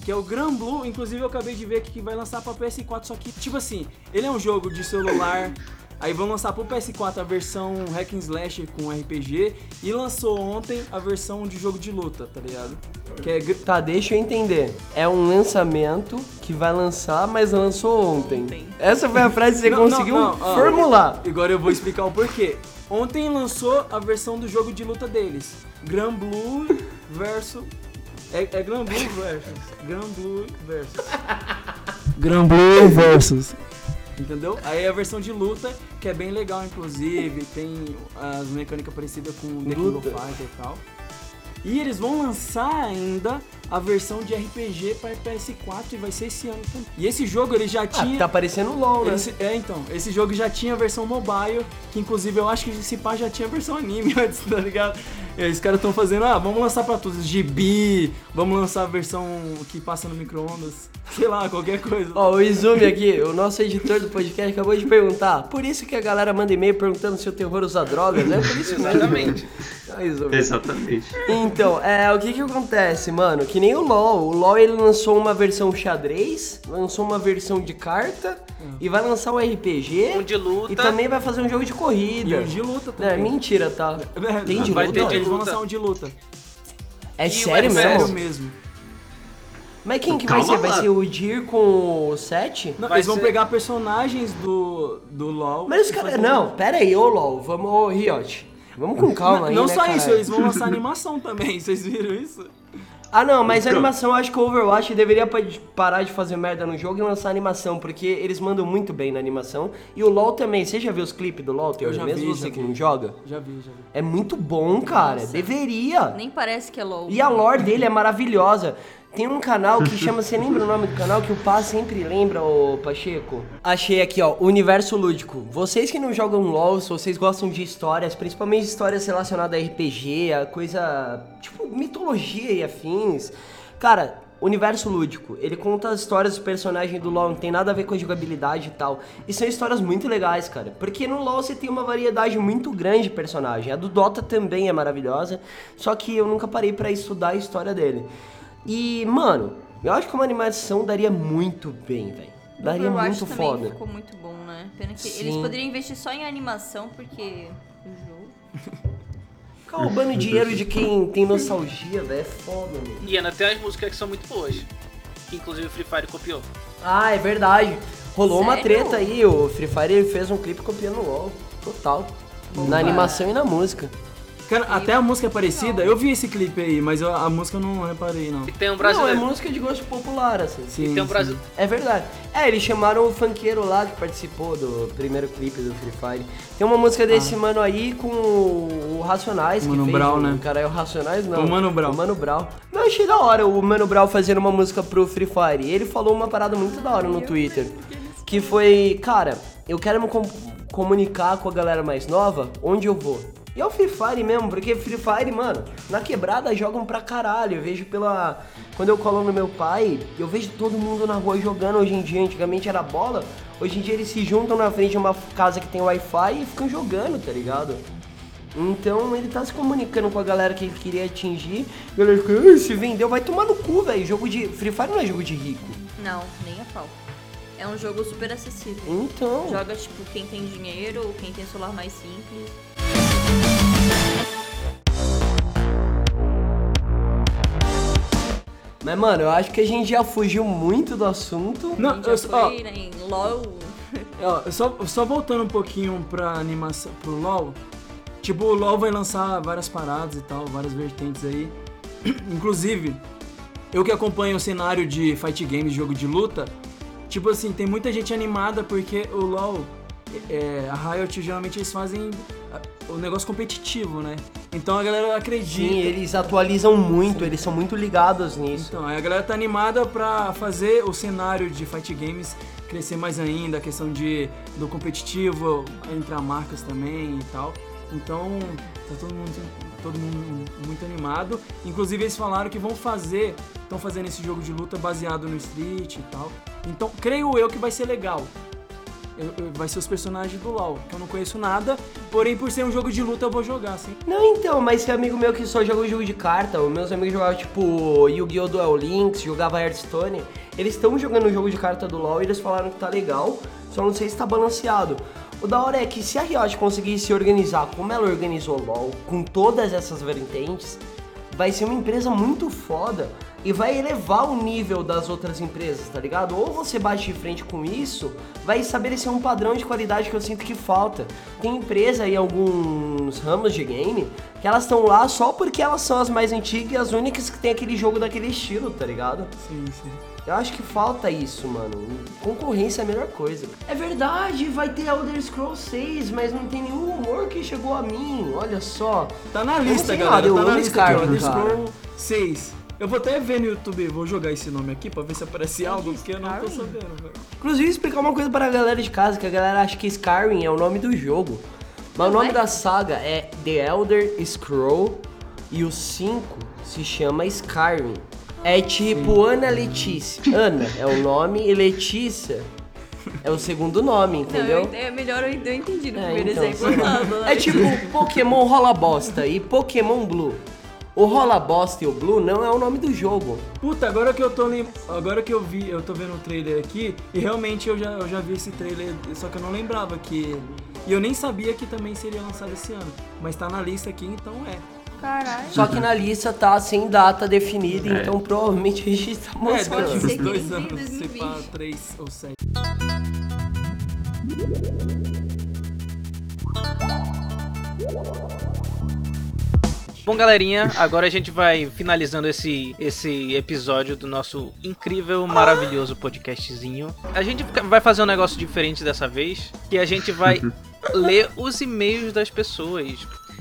Que é o Gran Blue, inclusive eu acabei de ver aqui que vai lançar pra PS4, só que, tipo assim, ele é um jogo de celular, aí vão lançar pro PS4 a versão Hack and Slash com RPG, e lançou ontem a versão de jogo de luta, tá ligado? Que é gr- Tá, deixa eu entender. É um lançamento que vai lançar, mas lançou ontem. Essa foi a frase que você Não, não, conseguiu não, ó. formular. Agora eu vou explicar o porquê. Ontem lançou a versão do jogo de luta deles. Gran Blue versus. É, é Gran Blue versus. Gran Blue versus. Gran Blue versus. Entendeu? Aí é a versão de luta, que é bem legal, inclusive. Tem as mecânicas parecidas com The King of Luta. Fighters e tal. E eles vão lançar ainda a versão de RPG para PS4 e vai ser esse ano também. E esse jogo ele já Ah, tinha. tá parecendo LOL, né? Esse- é, então, esse jogo já tinha a versão mobile, que inclusive eu acho que esse pá já tinha a versão anime [laughs] antes, tá ligado? E aí os caras estão fazendo, ah, vamos lançar pra todos, gibi, vamos lançar a versão que passa no micro-ondas, [laughs] sei lá, qualquer coisa. Ó, o Izumi aqui, o nosso editor do podcast, acabou de perguntar. Por isso que a galera manda e-mail perguntando se o terror usa drogas, né? Por isso [laughs] Exatamente. mesmo. Ó, Izumi. Exatamente. Então, é, o que que acontece, mano? Que nem o LoL. O LoL ele lançou uma versão xadrez, lançou uma versão de carta É. e vai lançar um RPG. Um de luta. E também vai fazer um jogo de E corrida. um de luta Não, é também. mentira, tá? Tem [laughs] de Vai luta? ter de Eles vão luta. lançar um de luta. É É E o sério FPS? mesmo? Sério mesmo. Mas quem que Calma vai ser? Vai lá. ser o Dir com o 7? Não, Vai eles vão ser- pegar personagens do, do LoL. Mas os e caras. fazer- um Não, pera aí, ô LOL, vamos, ô Riot. Vamos com calma aí. Não né, só cara? isso, eles [laughs] vão lançar animação também, [laughs] vocês viram isso? Ah, não, mas a Então. animação, eu acho que o Overwatch deveria pa- parar de fazer merda no jogo e lançar animação, porque eles mandam muito bem na animação. E o LoL também, você já viu os clipes do LoL, Teor? já Mesmo vi, você já que vi. não joga? Já vi, já vi. É muito bom, cara. Deveria. Nem parece que é LOL. E a lore dele é maravilhosa. Tem um canal que chama, você lembra o nome do canal que o Pá sempre lembra, ô Pacheco? Achei aqui, ó, Universo Lúdico. Vocês que não jogam LOL, se vocês gostam de histórias, principalmente histórias relacionadas a RPG, a coisa, tipo, mitologia e afins. Cara, Universo lúdico. Ele conta as histórias dos personagens do LoL, não tem nada a ver com a jogabilidade e tal. E são histórias muito legais, cara. Porque no LoL você tem uma variedade muito grande de personagem. A do Dota também é maravilhosa, só que eu nunca parei pra estudar a história dele. E, mano, eu acho que uma animação daria muito bem, velho. Daria Overwatch muito também foda. ficou muito bom, né? Pena que eles Sim. poderiam investir só em animação, porque o jogo... Ficar roubando dinheiro de quem tem nostalgia, velho, é foda, mano. E ainda tem as músicas que são muito boas. Que inclusive o Free Fire copiou. Ah, é verdade. Rolou uma Sério? treta aí, o Free Fire ele fez um clipe copiando o LoL, total. Na animação e na música. Cara, até a música é parecida. Eu vi esse clipe aí, mas eu- a música eu não reparei, não. E tem um Não, é brasileiro. música de gosto popular, assim. Sim, tem um sim. brasileiro. É verdade. É, eles chamaram o funkeiro lá que participou do primeiro clipe do Free Fire. Tem uma música desse mano aí com o Racionais. Mano que fez, Brown, o- né? Cara, é o Racionais não. O Mano Brown. O Mano Brown. Mas eu achei da hora o Mano Brown fazendo uma música pro Free Fire. E ele falou uma parada muito da hora no Twitter. Que foi, cara, eu quero me com- comunicar com a galera mais nova onde eu vou. E é o Free Fire mesmo, porque Free Fire, mano, na quebrada jogam pra caralho. Eu vejo pela. Quando eu colo no meu pai, eu vejo todo mundo na rua jogando hoje em dia. Antigamente era bola, hoje em dia eles se juntam na frente de uma casa que tem Wi-Fi e ficam jogando, tá ligado? Então ele tá se comunicando com a galera que ele queria atingir. E a galera fica, "Ah, se vendeu, vai tomar no cu, velho. Jogo de. Free Fire não é jogo de rico. Não, nem a pau. É um jogo super acessível. Então. Joga, tipo, quem tem dinheiro ou quem tem celular mais simples. Mas, mano, eu acho que a gente já fugiu muito do assunto. Não, Quem já eu, ó, foi, né, em LOL. É, Ó, só, só voltando um pouquinho pra animação, pro LoL. Tipo, o LoL vai lançar várias paradas e tal, várias vertentes aí. [clears throat] Inclusive, eu que acompanho o cenário de fight games, jogo de luta, tipo assim, tem muita gente animada porque o LoL, é, a Riot, geralmente eles fazem ah, o negócio competitivo, né? Então a galera acredita. Sim, eles atualizam muito, eles são muito ligados nisso. Então, aí a galera tá animada pra fazer o cenário de fight games crescer mais ainda, a questão de do competitivo, entrar marcas também e tal. Então, tá todo mundo todo mundo muito animado. Inclusive eles falaram que vão fazer, estão fazendo esse jogo de luta baseado no Street e tal. Então, creio eu que vai ser legal. Eu- eu- Vai ser os personagens do LoL, que eu não conheço nada, porém por ser um jogo de luta eu vou jogar, sim. Não, então, mas tem amigo meu que só joga o jogo de carta. Os meus amigos jogavam, tipo, Yu-Gi-Oh! Duel Links, jogava Hearthstone. Eles estão jogando o jogo de carta do LoL e eles falaram que tá legal, só não sei se tá balanceado. O da hora é que se a Riot conseguir se organizar como ela organizou o LoL, com todas essas vertentes, vai ser uma empresa muito foda e vai elevar o nível das outras empresas, tá ligado? Ou você bate de frente com isso, vai estabelecer um padrão de qualidade que eu sinto que falta. Tem empresa aí, alguns ramos de game, que elas estão lá só porque elas são as mais antigas e as únicas que tem aquele jogo daquele estilo, tá ligado? Sim, sim. Eu acho que falta isso, mano. Concorrência é a melhor coisa. É verdade, vai ter Elder Scrolls 6, mas não tem nenhum rumor que chegou a mim. Olha só. Tá na Eu não lista, sei galera. nada, eu tá na amo lista aqui, ó. Skyrim, Elder cara. Scroll 6. Eu vou até ver no YouTube, vou jogar esse nome aqui pra ver se aparece algo, porque eu não tô sabendo, velho. Inclusive, explicar uma coisa para a galera de casa, que a galera acha que Skyrim é o nome do jogo. Mas o nome da saga é The Elder Scroll e o 5 se chama Skyrim. É tipo Ana Letícia. Ana é o nome e Letícia é o segundo nome, entendeu? Não, eu, é melhor eu, eu entendi no É, primeiro então, sei exemplo. lá. [laughs] Não, não, É tipo Pokémon Rola Bosta e Pokémon Blue. O Rola Bosta e o Blue não é o nome do jogo. Puta, agora que eu tô lem... Agora que eu vi, eu tô vendo o trailer aqui, e realmente eu já, eu já vi esse trailer, só que eu não lembrava que. E eu nem sabia que também seria lançado esse ano. Mas tá na lista aqui, então é. Caralho. Só que na lista tá sem data definida, É. então provavelmente a gente tá É, mostrando. daqui ser que uns dois nem anos, sei 2020. lá, três ou sete. [laughs] Bom, galerinha, agora a gente vai finalizando esse, esse episódio do nosso incrível, maravilhoso podcastzinho. A gente fica- vai fazer um negócio diferente dessa vez, que a gente vai ler os e-mails das pessoas.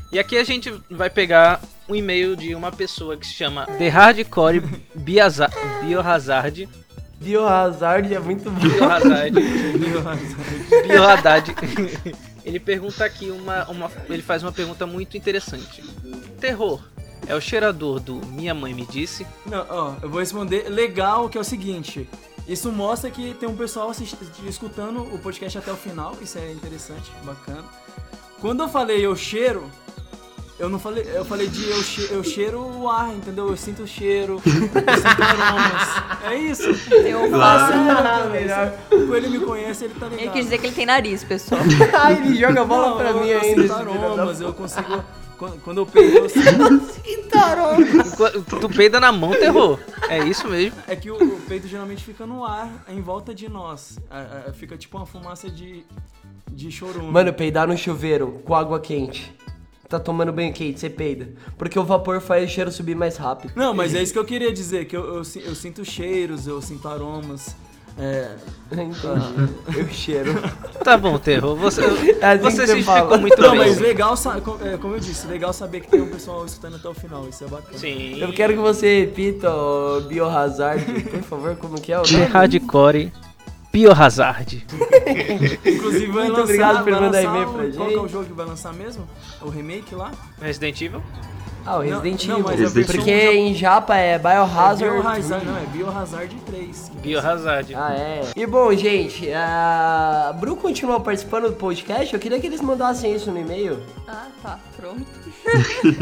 E aqui a gente vai pegar um e-mail de uma pessoa que se chama The Hardcore Biaza- Biohazard. Biohazard é muito bom. [laughs] Biohazard. Biohazard. Ele pergunta aqui uma, uma. Ele faz uma pergunta muito interessante. Terror. É o cheirador do Minha Mãe Me Disse. Não, ó, eu vou responder legal, que é o seguinte. Isso mostra que tem um pessoal assist- escutando o podcast até o final, isso é interessante, bacana. Quando eu falei eu cheiro, eu não falei, eu falei de eu, che- eu cheiro o ar, entendeu? Eu sinto o cheiro, [laughs] eu sinto aromas. É isso. Eu faço. Ah, melhor. Como ele me conhece, ele tá ligado. Ele quis dizer que ele tem nariz, pessoal. Ai, ele joga a bola Não, pra eu- mim eu ainda. sinto aromas, eu consigo. Quando, quando eu pego, eu sinto. Enqu- Tu peida na mão, terror. É isso mesmo. É que o, o peito geralmente fica no ar, em volta de nós. A- a- Fica tipo uma fumaça de, de chorume. Mano, peidar no chuveiro com água quente. Tá tomando banho quente, você peida. Porque o vapor faz o cheiro subir mais rápido. [laughs] Não, mas é isso que eu queria dizer, que eu, eu, si- eu sinto cheiros, eu sinto aromas. É, Então, eu cheiro. Tá bom, [laughs] terror. Você, assim que você você se fala. explicou muito Não, bem. mas legal, sa- co- é, como eu disse, legal saber que tem um pessoal escutando até o final, isso é bacana. Sim. Eu quero que você repita o Biohazard, por favor, como que é o De nome? hardcore, Biohazard. Inclusive, vai Muito lançar, obrigado por vai mandar lançar e-mail o- pra Qual que gente. é o jogo que vai lançar mesmo? O remake lá? Resident Evil? Ah, o Resident não, Evil. mas a versão porque já- em japa é Biohazard. Biohazard, não, é Biohazard 3. que Biohazard. Ah, é. E bom, gente, a Bru continua participando do podcast. Eu queria que eles mandassem isso no e-mail. Ah, tá, pronto.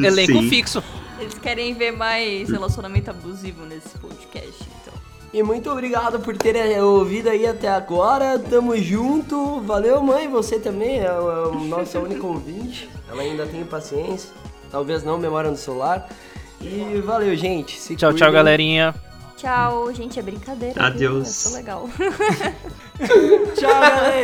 Elenco Sim. fixo. Eles querem ver mais relacionamento abusivo nesse podcast, então. E muito obrigado por terem eh, ouvido aí até agora. Tamo junto. Valeu, mãe. Você também é o é o nosso único ouvinte. Ela ainda tem paciência. Talvez não, memória no celular. E valeu, gente. Se Tchau, tchau, cuidem. galerinha. Tchau, gente, é brincadeira. viu? Adeus. Eu sou legal. Tchau, galera!